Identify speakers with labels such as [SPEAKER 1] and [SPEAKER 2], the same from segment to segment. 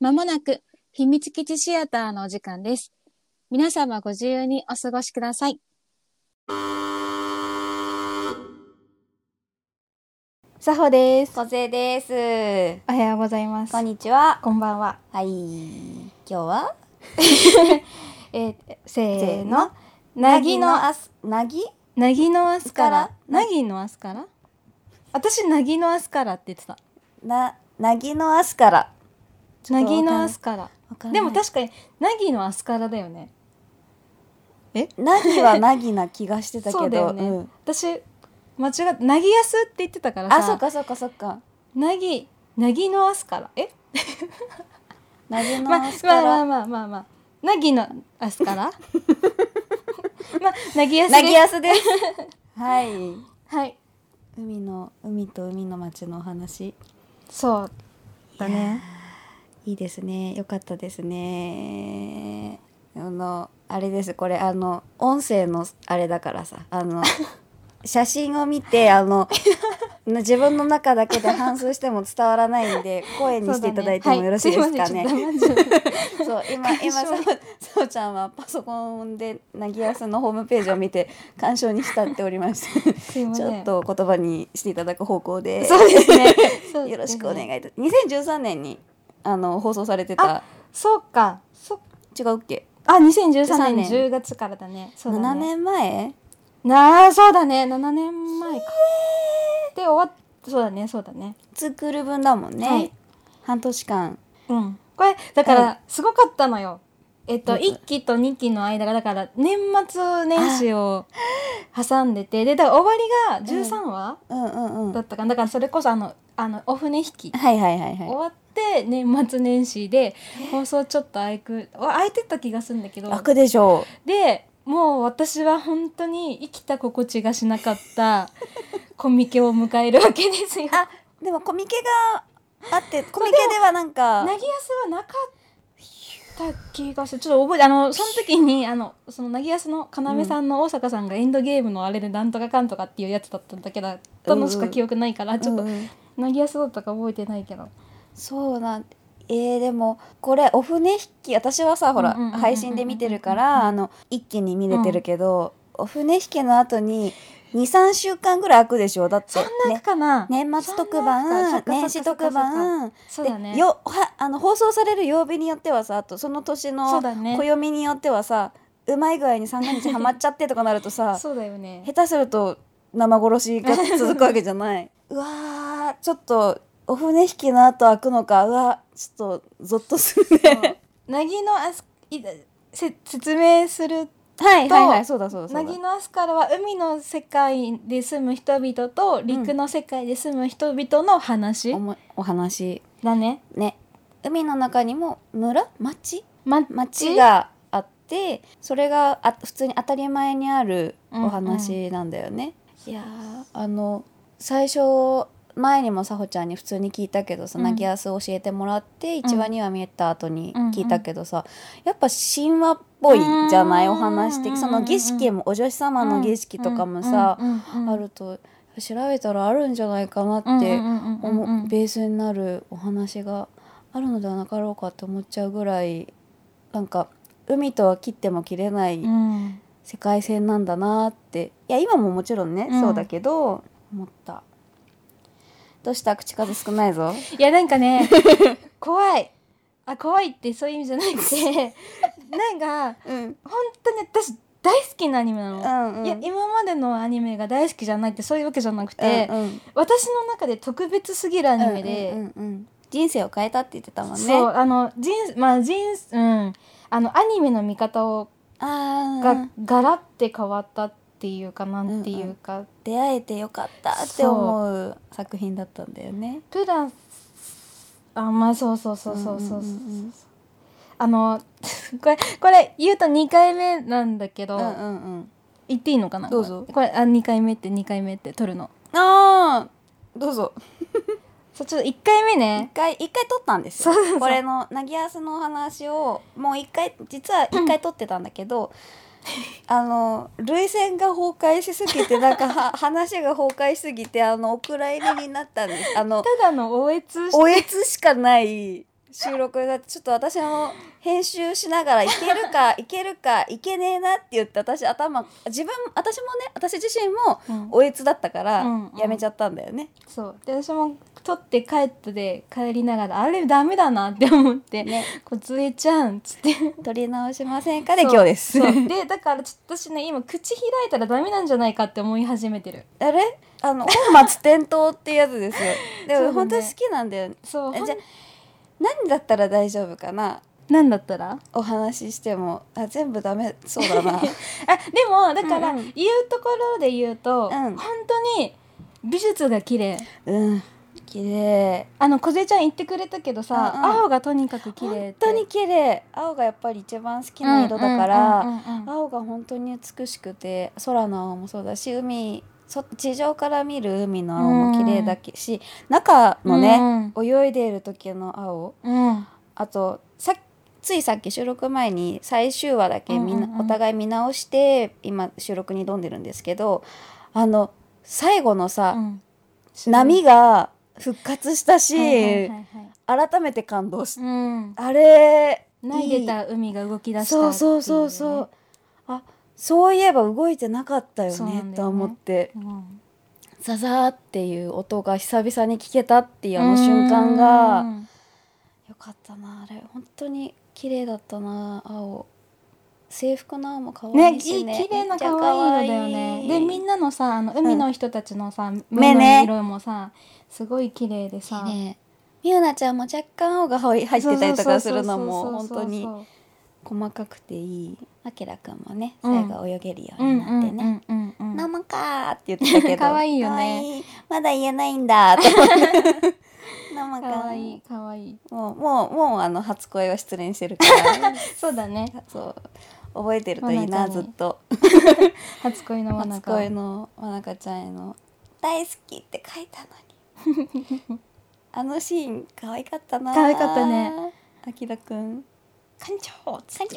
[SPEAKER 1] まもなく秘密基地シアターのお時間です。皆様ご自由にお過ごしください。
[SPEAKER 2] さほです。
[SPEAKER 3] 小勢です。
[SPEAKER 2] おはようございます。
[SPEAKER 3] こんにちは。
[SPEAKER 2] こんばんは。
[SPEAKER 3] はい。今日は
[SPEAKER 2] えーせーの。
[SPEAKER 3] のな
[SPEAKER 2] な
[SPEAKER 3] ぎ
[SPEAKER 2] ぎ
[SPEAKER 3] の
[SPEAKER 2] の
[SPEAKER 3] あすなぎ
[SPEAKER 2] なぎのアスカ
[SPEAKER 3] ア
[SPEAKER 2] ラ
[SPEAKER 3] スカ。ラ
[SPEAKER 2] なぎのアスカラ。私なぎのアスカラって言ってた。
[SPEAKER 3] ななぎのあすから。ちょっ
[SPEAKER 2] な
[SPEAKER 3] とわかんない
[SPEAKER 2] ぎのアスカラ。でも確かになぎのアスカラだよね。
[SPEAKER 3] なぎはなぎな気がしてたけど。
[SPEAKER 2] そうだよね
[SPEAKER 3] ん
[SPEAKER 2] 私間違ってなぎやすって言ってたからさ。
[SPEAKER 3] あ、そっ。かそっかそっか。
[SPEAKER 2] なぎなぎのアスカラ。え？
[SPEAKER 3] なぎの
[SPEAKER 2] まあ
[SPEAKER 3] あすか
[SPEAKER 2] まあまあま
[SPEAKER 3] ら。
[SPEAKER 2] あまあまあ。なぎのアスカ ラ。まあなぎやすです。
[SPEAKER 3] なぎやすです。はい。
[SPEAKER 2] はい。
[SPEAKER 3] 海の海と海の町のお話。
[SPEAKER 2] そうだね。
[SPEAKER 3] いいですね。よかったですね。あのあれです。これあの音声のあれだからさ。あの写真を見てあの自分の中だけで反芻しても伝わらないんで声にしていただいてもよろしいですかね。
[SPEAKER 2] そうだはいすいませんちょっと黙っちゃっ
[SPEAKER 3] そう今今
[SPEAKER 2] 干渉
[SPEAKER 3] そうそうちゃんはパソコンでなぎやすのホームページを見て鑑賞に浸っておりまして
[SPEAKER 2] すい
[SPEAKER 3] た
[SPEAKER 2] ま
[SPEAKER 3] ち
[SPEAKER 2] せ
[SPEAKER 3] ょっ
[SPEAKER 2] ん。
[SPEAKER 3] と言葉にしていただく方向で。
[SPEAKER 2] そうですね。そうですね
[SPEAKER 3] よろしくお願いいた。2013年にあの放送されてた
[SPEAKER 2] あそうか。そ
[SPEAKER 3] 違うっけ？
[SPEAKER 2] あ、2013
[SPEAKER 3] 13
[SPEAKER 2] 年
[SPEAKER 3] 年
[SPEAKER 2] 10月からだね。そう
[SPEAKER 3] 7
[SPEAKER 2] だね。
[SPEAKER 3] 年前？
[SPEAKER 2] なあ、そうだね。7年前か。で終わっそうだね、そうだね。
[SPEAKER 3] ツークール分だもんね。
[SPEAKER 2] はい
[SPEAKER 3] 半年間。
[SPEAKER 2] うん。これだか
[SPEAKER 3] は
[SPEAKER 2] らすごかったのよ。えっと
[SPEAKER 3] うん
[SPEAKER 2] 1期と2期の間がだから年末年始を挟んでてでだから終わりが13話
[SPEAKER 3] うんうんうん。
[SPEAKER 2] だ
[SPEAKER 3] は
[SPEAKER 2] ったかなだからそれこそあのあのお船引き
[SPEAKER 3] いはいはい
[SPEAKER 2] 終
[SPEAKER 3] は
[SPEAKER 2] わって年末年始で放送ちょっと空く空いてた気がするんだけ
[SPEAKER 3] い。
[SPEAKER 2] ど
[SPEAKER 3] 楽でしょ
[SPEAKER 2] でもう私は本当に生きた心地がしなかった コミケを迎えるわけですよ。
[SPEAKER 3] う。でもコミケがあって コミケではなんか
[SPEAKER 2] なぎやすはなかった気がするちょっと覚えてあのその時にあのそのなぎやすの要さんの大阪さんがエンドゲームのあれでなんとかかんとかっていうやつだったんだけどどのしか記憶ないからちょっ
[SPEAKER 3] う
[SPEAKER 2] と
[SPEAKER 3] んうん
[SPEAKER 2] なぎやすだったか覚えてないけど。
[SPEAKER 3] そうなんえー、でもこれお船引き私はさほ
[SPEAKER 2] う
[SPEAKER 3] ら
[SPEAKER 2] んうんうんうんうんうん
[SPEAKER 3] 配信で見てるからあの一気に見れてるけど、お船引きの後に23週間ぐらい空くでしょだって
[SPEAKER 2] そんな
[SPEAKER 3] ね
[SPEAKER 2] かな、
[SPEAKER 3] 年末特
[SPEAKER 2] そんなか
[SPEAKER 3] 番
[SPEAKER 2] そっか
[SPEAKER 3] 年始
[SPEAKER 2] そっか
[SPEAKER 3] 特番
[SPEAKER 2] そうだね
[SPEAKER 3] でよはあの放送される曜日によってはさあとその年
[SPEAKER 2] そ
[SPEAKER 3] の
[SPEAKER 2] うだね
[SPEAKER 3] 暦によってはさう,、まい具合に三が日ハマっちゃってとかなるとさ
[SPEAKER 2] そうだよね
[SPEAKER 3] 下手すると生殺しが続くわけじゃない うわーちょっとお船引きの後開くのかうわーちょっとゾッとするね
[SPEAKER 2] なぎのあすいせ説明する
[SPEAKER 3] はいはいは
[SPEAKER 2] と
[SPEAKER 3] いそうだそうだそ
[SPEAKER 2] な
[SPEAKER 3] うだ
[SPEAKER 2] ぎのアスカラは海の世界で住む人々と陸の世界で住む人々の話
[SPEAKER 3] おもお話
[SPEAKER 2] だね。
[SPEAKER 3] ね海の中にも村町
[SPEAKER 2] ま、
[SPEAKER 3] 町があってそれがあ普通に当たり前にあるお話なんだよね。
[SPEAKER 2] いや
[SPEAKER 3] あの最初前にもさほちゃんに普通に聞いたけどさ、
[SPEAKER 2] うん
[SPEAKER 3] なぎやす教えてもらって1話
[SPEAKER 2] うん
[SPEAKER 3] 2話見えた後に
[SPEAKER 2] うんうん
[SPEAKER 3] 聞いたけどさ、やっぱ神話っぽいじゃないお話
[SPEAKER 2] う
[SPEAKER 3] 的
[SPEAKER 2] ん
[SPEAKER 3] その儀式もお女子様の儀式とかもさ、あ
[SPEAKER 2] あ
[SPEAKER 3] ると調べたらあるんじゃないかなって思うベースになるお話があるのではなかろうかって思っちゃうぐらいなんか海とは切っても切れない
[SPEAKER 2] うん
[SPEAKER 3] 世界線なんだなっていや今ももちろんね、
[SPEAKER 2] うん
[SPEAKER 3] そうだけど思ったどうした口数少ないぞ
[SPEAKER 2] いやなんかね 怖いあ怖いってそういう意味じゃなくて なんか
[SPEAKER 3] うん
[SPEAKER 2] 本当に私大好きなアニメなの。
[SPEAKER 3] うんうん
[SPEAKER 2] いや今までのアニメが大好きじゃないってそういうわけじゃなくて、
[SPEAKER 3] うんうん
[SPEAKER 2] 私の中で特別すぎるアニメで、
[SPEAKER 3] うんうんうん人生を変えたって言ってたもんね
[SPEAKER 2] そうあの人まあ人うんあのアニメの見方を
[SPEAKER 3] あ
[SPEAKER 2] が、
[SPEAKER 3] あ
[SPEAKER 2] ガラって変わったっていうかなんていうか、
[SPEAKER 3] 出会えてよかったって思う作品だったんだよね
[SPEAKER 2] プラスあまあそうそうそうそうそう,、
[SPEAKER 3] んんん
[SPEAKER 2] あの これこれ言うと2回目なんだけど、
[SPEAKER 3] うんうんうん
[SPEAKER 2] 言っていいのかな
[SPEAKER 3] どうぞ
[SPEAKER 2] これあ2回目って2回目って撮るの
[SPEAKER 3] あーどうぞ
[SPEAKER 2] そうちょっと1回目
[SPEAKER 3] 一
[SPEAKER 2] ね
[SPEAKER 3] 回一回撮ったんですよ
[SPEAKER 2] そうそうそう
[SPEAKER 3] これのなぎやすのお話をもう一回実は一回撮ってたんだ けど、あの涙腺が崩壊しすぎて なんかは話が崩壊し すぎてあのお蔵入りになったんですあの
[SPEAKER 2] ただの応援し
[SPEAKER 3] おえつしかない収録だってちょっと私も編集しながらいけ るかいけるかいけねえなって言って私頭自分私もね私自身も
[SPEAKER 2] うん
[SPEAKER 3] おえつだったから
[SPEAKER 2] うんうん
[SPEAKER 3] やめちゃったんだよね。
[SPEAKER 2] そうで私も撮って帰ってで帰りながらあれダメだなって思って
[SPEAKER 3] ね
[SPEAKER 2] 「こつえちゃん」っつっ て
[SPEAKER 3] 撮り直しませんかで今日です。
[SPEAKER 2] そうでだからちょっと私ね今口開いたらダメなんじゃないかって思い始めてる
[SPEAKER 3] あれあの本末転倒ってやつですよ。
[SPEAKER 2] そ
[SPEAKER 3] で
[SPEAKER 2] うだ
[SPEAKER 3] も
[SPEAKER 2] ね
[SPEAKER 3] 本当に好きなんだよね。
[SPEAKER 2] そう
[SPEAKER 3] え
[SPEAKER 2] ほん
[SPEAKER 3] じゃあ何だったら大丈夫かな
[SPEAKER 2] なんだったら
[SPEAKER 3] お話ししてもあ全部ダメそう だな。
[SPEAKER 2] あでもだから
[SPEAKER 3] うんう
[SPEAKER 2] 言
[SPEAKER 3] ん
[SPEAKER 2] うところで言うと、
[SPEAKER 3] うん
[SPEAKER 2] 本当に美術が綺麗
[SPEAKER 3] うん綺麗
[SPEAKER 2] あの小ちゃん言ってくれたけどさ、
[SPEAKER 3] うんうん
[SPEAKER 2] 青がとにかく綺麗っ
[SPEAKER 3] 本
[SPEAKER 2] て
[SPEAKER 3] 当に綺麗青がやっぱり一番好きな色だから、
[SPEAKER 2] うんうんうんうん
[SPEAKER 3] 青が本当に美しくて空の青もそうだし海そ地上から見る海の青も綺麗だけし、中のね、泳いでいる時の青
[SPEAKER 2] うんうん
[SPEAKER 3] あとさついさっき収録前に最終話だけみんな、
[SPEAKER 2] うんうんうん
[SPEAKER 3] お互い見直して今収録に挑んでるんですけどあの最後のさ、
[SPEAKER 2] うん
[SPEAKER 3] 波が復活したし、
[SPEAKER 2] はいはいはいはい
[SPEAKER 3] 改めて感動した。
[SPEAKER 2] うん
[SPEAKER 3] あれ
[SPEAKER 2] 投げた海が動き出したってい
[SPEAKER 3] そうう
[SPEAKER 2] ね
[SPEAKER 3] そうそうそうあそういえば動いてなかったよ
[SPEAKER 2] そうなんだよ
[SPEAKER 3] ね
[SPEAKER 2] ね
[SPEAKER 3] と思って
[SPEAKER 2] うん
[SPEAKER 3] ザザーっていう音が久々に聞けたっていうあの瞬間が
[SPEAKER 2] うん
[SPEAKER 3] よかったなあれ本当に綺麗だったな青制服の青も可
[SPEAKER 2] ね
[SPEAKER 3] 愛
[SPEAKER 2] い
[SPEAKER 3] い
[SPEAKER 2] い
[SPEAKER 3] しね
[SPEAKER 2] 綺麗
[SPEAKER 3] め
[SPEAKER 2] な
[SPEAKER 3] っちゃ
[SPEAKER 2] 可愛い色だよねでみ
[SPEAKER 3] なん
[SPEAKER 2] なのさあの海の人たちのさ、目
[SPEAKER 3] 目
[SPEAKER 2] の
[SPEAKER 3] ね
[SPEAKER 2] 色もさすごい綺麗でさ
[SPEAKER 3] 綺麗みゆなちゃんも若干青が入ってたりとかするのも
[SPEAKER 2] そうそう
[SPEAKER 3] 本
[SPEAKER 2] そうそう
[SPEAKER 3] 当に
[SPEAKER 2] そう
[SPEAKER 3] 細かくていいあきらくんもね
[SPEAKER 2] うん
[SPEAKER 3] 最後泳げるよう
[SPEAKER 2] うん
[SPEAKER 3] に
[SPEAKER 2] う
[SPEAKER 3] なっ
[SPEAKER 2] ん
[SPEAKER 3] て
[SPEAKER 2] う
[SPEAKER 3] ね
[SPEAKER 2] んうんうん
[SPEAKER 3] 生かーって言ってたけど
[SPEAKER 2] 可愛いよね
[SPEAKER 3] 可愛いまだ言えないんだと 思って生か
[SPEAKER 2] 可愛い可愛い
[SPEAKER 3] もうもうもうあの初恋は失恋してるか ら
[SPEAKER 2] そうだね
[SPEAKER 3] そう覚えてるといいな
[SPEAKER 2] もなち
[SPEAKER 3] ず
[SPEAKER 2] ゃん
[SPEAKER 3] っ
[SPEAKER 2] に
[SPEAKER 3] と
[SPEAKER 2] 初恋の真
[SPEAKER 3] 初
[SPEAKER 2] 中
[SPEAKER 3] 恋のまなかちゃんへの「大好き」って書いたのに あのシーン可愛かったな
[SPEAKER 2] 可愛かったね
[SPEAKER 3] あきらくん
[SPEAKER 2] 館長
[SPEAKER 3] 感情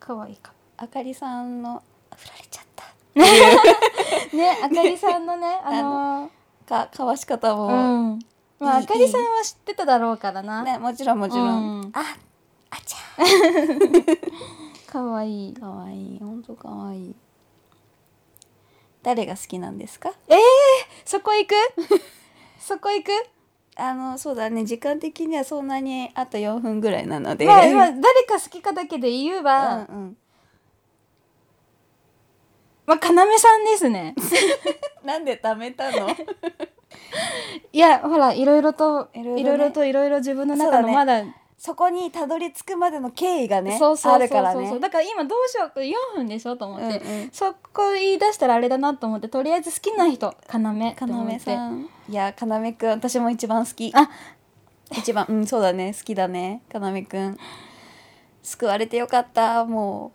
[SPEAKER 2] 可愛いか
[SPEAKER 3] あかりさんの「振られちゃった
[SPEAKER 2] ねあかりさんの ねあの」
[SPEAKER 3] かかわし方も、
[SPEAKER 2] うんまあ
[SPEAKER 3] いい
[SPEAKER 2] あかりさんは知ってただろうからな
[SPEAKER 3] ね、もちろんもちろ
[SPEAKER 2] う
[SPEAKER 3] ん、
[SPEAKER 2] ん
[SPEAKER 3] ああちゃー
[SPEAKER 2] 可愛い
[SPEAKER 3] かわいい本当かわいい誰が好きなんですか
[SPEAKER 2] そこ 行くそこ行く
[SPEAKER 3] あのそうだね時間的にはそんなにあと4分ぐらいなので、
[SPEAKER 2] まあ今誰か好きかだけで言えば、
[SPEAKER 3] うんうん
[SPEAKER 2] まあ要さんです ね
[SPEAKER 3] なんで貯めたの
[SPEAKER 2] いやほらいろいろとい
[SPEAKER 3] いろ
[SPEAKER 2] ろ
[SPEAKER 3] いろね
[SPEAKER 2] いろといろいろ自分の中
[SPEAKER 3] そうだ
[SPEAKER 2] の
[SPEAKER 3] ね
[SPEAKER 2] まだ
[SPEAKER 3] そこにたどり着くまでの経緯がね
[SPEAKER 2] そうそう
[SPEAKER 3] あ
[SPEAKER 2] そう
[SPEAKER 3] る
[SPEAKER 2] そ
[SPEAKER 3] か
[SPEAKER 2] う
[SPEAKER 3] ら
[SPEAKER 2] そう
[SPEAKER 3] ね
[SPEAKER 2] だから今どうしようか4分でしょと思って、
[SPEAKER 3] うんうん
[SPEAKER 2] そこ言い出したらあれだなと思ってとりあえず好きな人要って思って
[SPEAKER 3] 要さんいや要くん私も一番好き
[SPEAKER 2] あ
[SPEAKER 3] 一番うんそうだね好きだね要くん救われてよかったも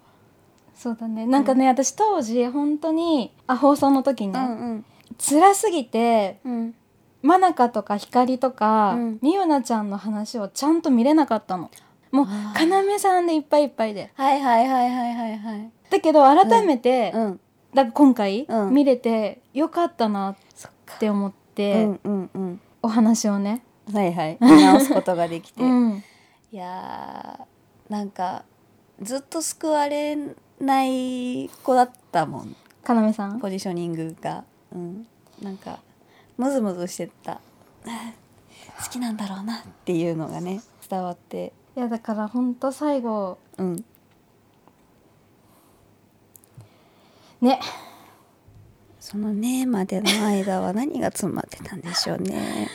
[SPEAKER 2] そうだねなんかね、私当時本当にあ放送の時に、
[SPEAKER 3] う、うん
[SPEAKER 2] 辛すぎて
[SPEAKER 3] うんうん
[SPEAKER 2] 真中とか光とか、
[SPEAKER 3] うん
[SPEAKER 2] みゆなちゃんの話をちゃんと見れなかったのもう
[SPEAKER 3] あ
[SPEAKER 2] 要さんでいっぱいいっぱいで
[SPEAKER 3] はいはいはいはいはいはい
[SPEAKER 2] だけど改めて、
[SPEAKER 3] うん
[SPEAKER 2] だから今回、
[SPEAKER 3] うん
[SPEAKER 2] 見れてよかったなっ
[SPEAKER 3] そっか
[SPEAKER 2] て思っ
[SPEAKER 3] う
[SPEAKER 2] て、
[SPEAKER 3] んうんうん
[SPEAKER 2] お話をね、
[SPEAKER 3] はいはい見直すことができて、
[SPEAKER 2] うん
[SPEAKER 3] いやーなんかずっと救われない子だったもん
[SPEAKER 2] 要さん
[SPEAKER 3] ポジショニングが、うん、なんかムズムズしてた 好きなんだろうなっていうのがね伝わって
[SPEAKER 2] いやだからほんと最後
[SPEAKER 3] うん
[SPEAKER 2] ね
[SPEAKER 3] その「ね」までの間は何が詰まってたんでしょう ね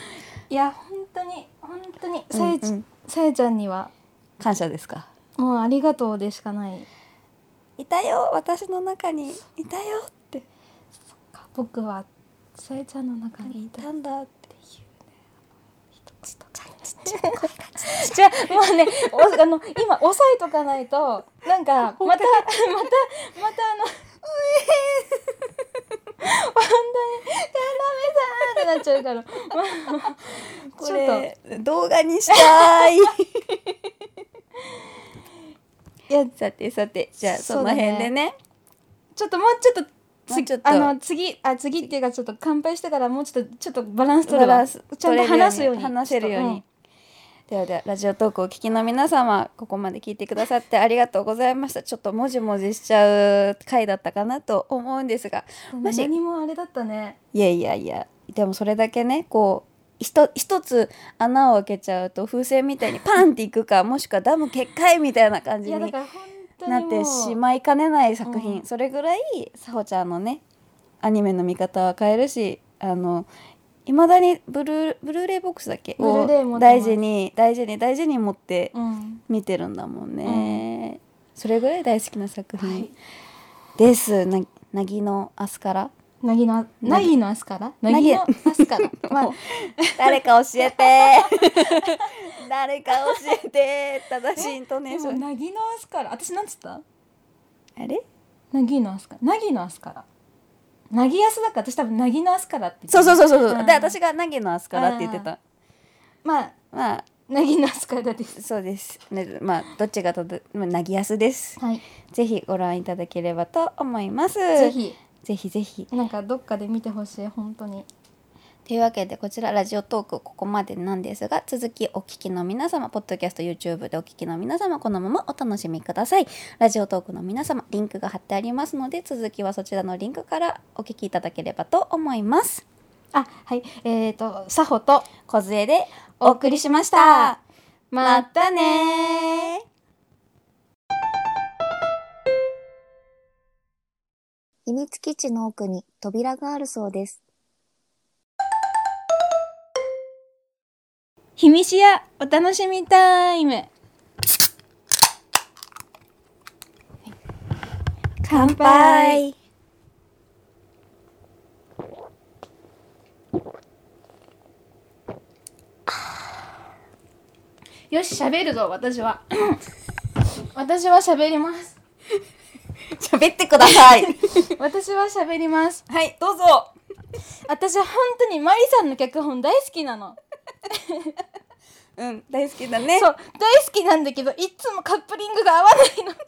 [SPEAKER 2] いや本当に本当に
[SPEAKER 3] うん
[SPEAKER 2] さえ,、
[SPEAKER 3] うん
[SPEAKER 2] さえちゃんには
[SPEAKER 3] 感謝ですか
[SPEAKER 2] もうありがとうでしかない
[SPEAKER 3] いたよ私の中にいたよって
[SPEAKER 2] 僕はさえちゃんの中にい
[SPEAKER 3] い
[SPEAKER 2] た
[SPEAKER 3] たんだっていう
[SPEAKER 2] ち じゃあもうねおあの今押さえとかないとなんかまたまたま たあの 本当に「ダメさん!」ってなっちゃうから
[SPEAKER 3] こ
[SPEAKER 2] ちょっ
[SPEAKER 3] れ動画にしたい
[SPEAKER 2] いや
[SPEAKER 3] さてさてじゃあそ
[SPEAKER 2] そう
[SPEAKER 3] の
[SPEAKER 2] だね
[SPEAKER 3] 辺でね
[SPEAKER 2] ちょっともうちょっと。
[SPEAKER 3] もう
[SPEAKER 2] 次
[SPEAKER 3] ちょっと
[SPEAKER 2] あの次あ次っていうかちょっと乾杯してからもうちょっとちょっとバランス取
[SPEAKER 3] バ
[SPEAKER 2] る
[SPEAKER 3] ラ
[SPEAKER 2] わ
[SPEAKER 3] ン
[SPEAKER 2] ち
[SPEAKER 3] ス
[SPEAKER 2] ゃんと話すように
[SPEAKER 3] 話せるように、ではではラジオトークをお聞きの皆様ここまで聞いてくださってありがとうございましたちょっともじもじしちゃう回だったかなと思うんですがもし
[SPEAKER 2] 何もあれだったね
[SPEAKER 3] いやいやいやでもそれだけねこうひと一つ穴を開けちゃうと風船みたいにパンっていくかもしくはダム決壊みたいな感
[SPEAKER 2] い
[SPEAKER 3] じ
[SPEAKER 2] やだ
[SPEAKER 3] に
[SPEAKER 2] から本当に
[SPEAKER 3] な
[SPEAKER 2] もう
[SPEAKER 3] ってしまいかねない作品、
[SPEAKER 2] うん
[SPEAKER 3] それぐらいさほちゃんのねアニメの見方は変えるしあのいまだにブルーブルーレイボックスだっけ
[SPEAKER 2] ブルーレイ持
[SPEAKER 3] を
[SPEAKER 2] ってます
[SPEAKER 3] 大事に大事に大事に持って
[SPEAKER 2] うん
[SPEAKER 3] 見てるんだもんね、それぐらい大好きな作
[SPEAKER 2] は
[SPEAKER 3] 品
[SPEAKER 2] い
[SPEAKER 3] です、ななぎの明日から
[SPEAKER 2] なぎのなぎのアスカラ
[SPEAKER 3] な
[SPEAKER 2] な
[SPEAKER 3] ぎ
[SPEAKER 2] ぎのアスカ ラまあ
[SPEAKER 3] 誰か教えて 誰か教 えて正しいイントネ
[SPEAKER 2] で
[SPEAKER 3] ーシ
[SPEAKER 2] も
[SPEAKER 3] ョン
[SPEAKER 2] なぎのアスカラ私なんつった
[SPEAKER 3] あれ
[SPEAKER 2] なぎのアスカラなぎのアスカラなぎやすだから私多分なぎのアスカラって言って
[SPEAKER 3] そうそうそうそう、
[SPEAKER 2] うん
[SPEAKER 3] で私が「なぎのアスカラ」って言ってた
[SPEAKER 2] まあ
[SPEAKER 3] まあ
[SPEAKER 2] なぎのアスカラです
[SPEAKER 3] そうです、ね、まあどっちがたどまあなぎやすです
[SPEAKER 2] はい
[SPEAKER 3] ぜひご覧いただければと思います
[SPEAKER 2] ぜひ
[SPEAKER 3] ぜひぜひ
[SPEAKER 2] なんかどっかで見てほしい本当に
[SPEAKER 3] というわけでこちらラジオトークここまでなんですが続きお聞きの皆様ポッドキャスト YouTube でお聞きの皆様このままお楽しみくださいラジオトークの皆様リンクが貼ってありますので続きはそちらのリンクからお聞きいただければと思います
[SPEAKER 2] あはいえっ、ー、とさほと
[SPEAKER 3] 梢でお送りしましたまたねー
[SPEAKER 4] 秘密基地の奥に扉があるそうです。
[SPEAKER 2] ひみしやお楽しみタイム乾
[SPEAKER 3] バ
[SPEAKER 2] 杯
[SPEAKER 3] イ
[SPEAKER 2] よし喋るぞ私は 私は喋ります
[SPEAKER 3] 喋ってください
[SPEAKER 2] 私は喋ります
[SPEAKER 3] はいどうぞ
[SPEAKER 2] 私は本当にマリさんの脚本大好きなの
[SPEAKER 3] うん大好きだね
[SPEAKER 2] そう大好きなんだけどいつもカップリングが合わないの
[SPEAKER 3] こ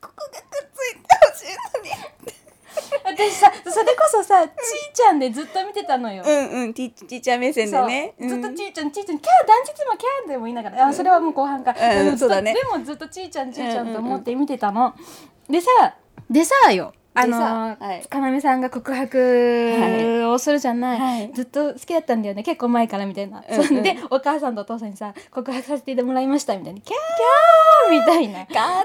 [SPEAKER 3] こがくっついてほしい
[SPEAKER 2] 私さそれこそさちーちゃんでずっと見てたのよ、
[SPEAKER 3] のにうんうんティティーチャー目線で
[SPEAKER 2] そう
[SPEAKER 3] ね
[SPEAKER 2] ずっ
[SPEAKER 3] う
[SPEAKER 2] と
[SPEAKER 3] ん
[SPEAKER 2] ちーちゃんちーちゃんキャー断絶もキャーでも言いながら、あそれはもう後半か、
[SPEAKER 3] うん
[SPEAKER 2] でもずっと
[SPEAKER 3] そうだね
[SPEAKER 2] でもずっとちーちゃんちーちゃんと思って見てたの、でさでさよあの
[SPEAKER 3] でさはい
[SPEAKER 2] ーかなめさんが告白をするじゃない、
[SPEAKER 3] はい
[SPEAKER 2] ずっと好きだったんだよね結構前からみたいな、
[SPEAKER 3] うんうん
[SPEAKER 2] そんでお母さんとお父さんにさ告白させてもらいましたみたいなキャーみたいな
[SPEAKER 3] かな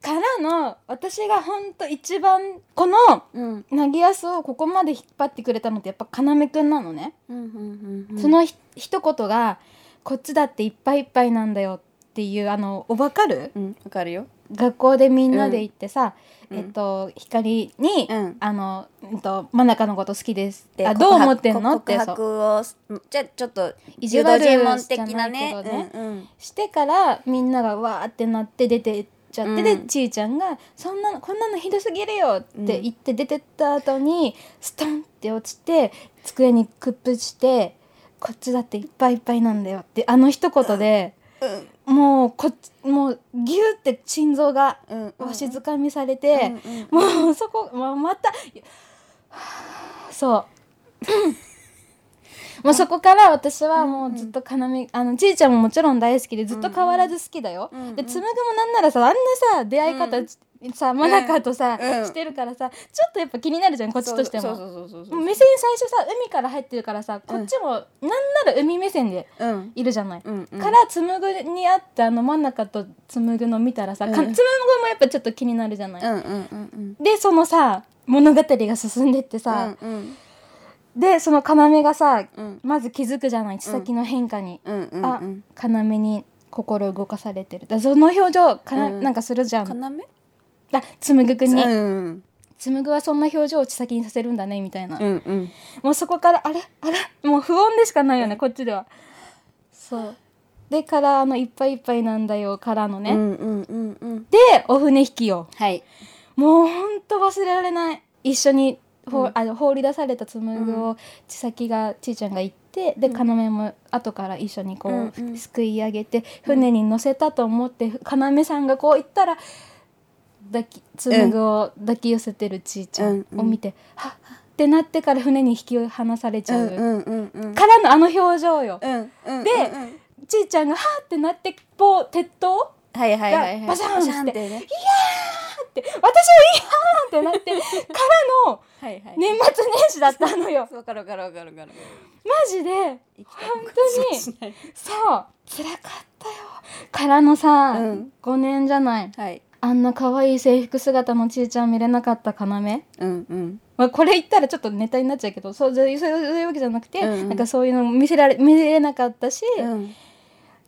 [SPEAKER 2] からの私がほんと一番この
[SPEAKER 3] うん
[SPEAKER 2] なぎやすをここまで引っ張ってくれたのってやっぱかなめくんなのね、
[SPEAKER 3] うんうんうん
[SPEAKER 2] そのひ一言が「こっちだっていっぱいいっぱいなんだよ」っていうあのおわかる
[SPEAKER 3] うんわかるよ
[SPEAKER 2] 学校でみんなで行ってさ、
[SPEAKER 3] うん
[SPEAKER 2] えっと光に、
[SPEAKER 3] うん
[SPEAKER 2] あの、うんと「真中のこと好きです」って「あ
[SPEAKER 3] 告
[SPEAKER 2] どう
[SPEAKER 3] 白
[SPEAKER 2] 思ってんの?」って
[SPEAKER 3] 告
[SPEAKER 2] そう
[SPEAKER 3] 白をすじゃあちょっと
[SPEAKER 2] 意地悪
[SPEAKER 3] 誘導尋問的な
[SPEAKER 2] じ
[SPEAKER 3] ね
[SPEAKER 2] ゃないけどね
[SPEAKER 3] うんうん
[SPEAKER 2] してからみんながわーってなって出てっちゃって、
[SPEAKER 3] うん
[SPEAKER 2] でちーちゃんが「そんなのこんなのひどすぎるよ」って言って出てった後に、ストンって落ちて机にくっぷして「こっちだっていっぱいいっぱいなんだよ」ってあの一言で、
[SPEAKER 3] うん
[SPEAKER 2] もうこっちもうギューって心臓が
[SPEAKER 3] うん
[SPEAKER 2] わしづかみされて、
[SPEAKER 3] うんうん
[SPEAKER 2] もうそこ、まあ、またはあ そうもうそこから私はもうずっと要、あのちいちゃんももちろん大好きでずっと変わらず好きだよ、
[SPEAKER 3] うんうん
[SPEAKER 2] で紡ぐもなんならさあんなさ出会い方、
[SPEAKER 3] うん
[SPEAKER 2] さ真中とさ、
[SPEAKER 3] うん
[SPEAKER 2] してるからさちょっとやっぱ気になるじゃんこっちとしても
[SPEAKER 3] そうそうそうそうそう
[SPEAKER 2] もう目線最初さ海から入ってるからさこっちもなんなら海目線で
[SPEAKER 3] うん
[SPEAKER 2] いるじゃない、
[SPEAKER 3] うんうん
[SPEAKER 2] から紡ぐにあったあの真中と紡ぐの見たらさ、か
[SPEAKER 3] うん
[SPEAKER 2] 紡ぐもやっぱちょっと気になるじゃない、
[SPEAKER 3] うんうんうん
[SPEAKER 2] でそのさ物語が進んでって
[SPEAKER 3] う
[SPEAKER 2] さ
[SPEAKER 3] ん、うん
[SPEAKER 2] でその要がさ
[SPEAKER 3] うん
[SPEAKER 2] まず気づくじゃない手先の変化に、
[SPEAKER 3] うんうん
[SPEAKER 2] あ
[SPEAKER 3] うん
[SPEAKER 2] 要に心動かされてるだその表情かな,、
[SPEAKER 3] うん
[SPEAKER 2] ん、かするじゃ
[SPEAKER 3] 要
[SPEAKER 2] んあ紡ぐんに
[SPEAKER 3] うん
[SPEAKER 2] 紡ぐはそんな表情を手先にさせるんだねみたいな、
[SPEAKER 3] うんうん
[SPEAKER 2] もうそこからあれあれもう不穏でしかないよね、こっちではそうでからあのいっぱいいっぱいなんだよからのね、
[SPEAKER 3] うんうんうんうん
[SPEAKER 2] でお船引きよ
[SPEAKER 3] はい
[SPEAKER 2] もうほんと忘れられない一緒にほう、あの放り出された紡ぐを千咲がちいちゃんが行ってで要も後から一緒にこう、
[SPEAKER 3] うんうん
[SPEAKER 2] すくい上げて船に乗せたと思って要さんがこう行ったら抱き紡ぐを抱き寄せてるちいちゃんを見て、はっはっってなってから船に引き離されち
[SPEAKER 3] う
[SPEAKER 2] ゃ
[SPEAKER 3] ん
[SPEAKER 2] う、
[SPEAKER 3] うんうんうん
[SPEAKER 2] からのあの表情よ、
[SPEAKER 3] うんうん
[SPEAKER 2] で
[SPEAKER 3] うんうん
[SPEAKER 2] ちいちゃんがはーってなってこう鉄塔
[SPEAKER 3] はいはいはいはい
[SPEAKER 2] がバシャンって
[SPEAKER 3] てね
[SPEAKER 2] って私はいい やーんってなってからの
[SPEAKER 3] はいはい
[SPEAKER 2] 年末年始だったの よ
[SPEAKER 3] わかるわかるわかるわかる
[SPEAKER 2] マジで
[SPEAKER 3] 本
[SPEAKER 2] 本当にそう辛かったよからのさ、
[SPEAKER 3] うん
[SPEAKER 2] 5年じゃない
[SPEAKER 3] はい
[SPEAKER 2] あんな可愛い制服姿のちいちゃん見れなかった要
[SPEAKER 3] うんうん
[SPEAKER 2] まあ、これ言ったらちょっとネタになっちゃうけどそうじゃそうそういうわけじゃなくて、
[SPEAKER 3] うんうん
[SPEAKER 2] なんかそういうの見せられ見れなかったし、
[SPEAKER 3] うん